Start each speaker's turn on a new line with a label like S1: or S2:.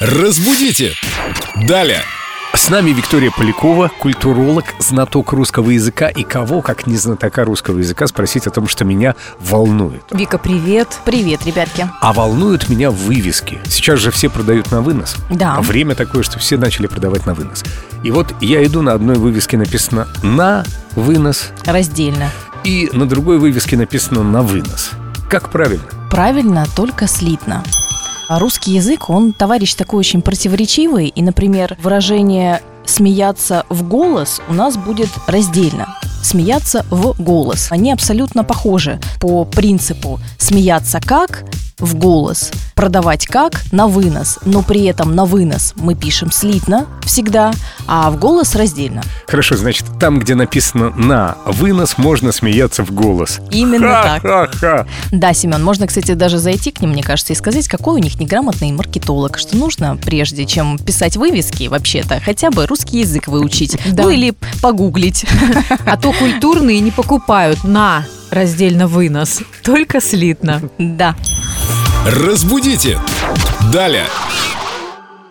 S1: Разбудите! Далее!
S2: С нами Виктория Полякова, культуролог, знаток русского языка. И кого, как не знатока русского языка, спросить о том, что меня волнует.
S3: Вика, привет.
S4: Привет, ребятки.
S2: А волнуют меня вывески. Сейчас же все продают на вынос. А
S3: Да.
S2: Время такое, что все начали продавать на вынос. И вот я иду, на одной вывеске написано «на вынос»,
S3: Раздельно.
S2: и на другой вывеске написано «на вынос». Как правильно?
S4: Правильно, только слитно. А Русский язык, он, товарищ такой очень противоречивый, и, например, выражение «смеяться в голос» у нас будет раздельно. «Смеяться в голос». Они абсолютно похожи по принципу «смеяться как», в голос, продавать как на вынос, но при этом на вынос мы пишем слитно всегда, а в голос раздельно.
S2: Хорошо, значит, там, где написано «на вынос», можно смеяться в голос.
S4: Именно так.
S2: Ха-ха-ха.
S4: Да, Семен, можно, кстати, даже зайти к ним, мне кажется, и сказать, какой у них неграмотный маркетолог, что нужно, прежде чем писать вывески, вообще-то, хотя бы русский язык выучить.
S3: Да.
S4: Ну или погуглить.
S3: А то культурные не покупают на раздельно вынос, только слитно.
S4: Да.
S1: Разбудите! Далее!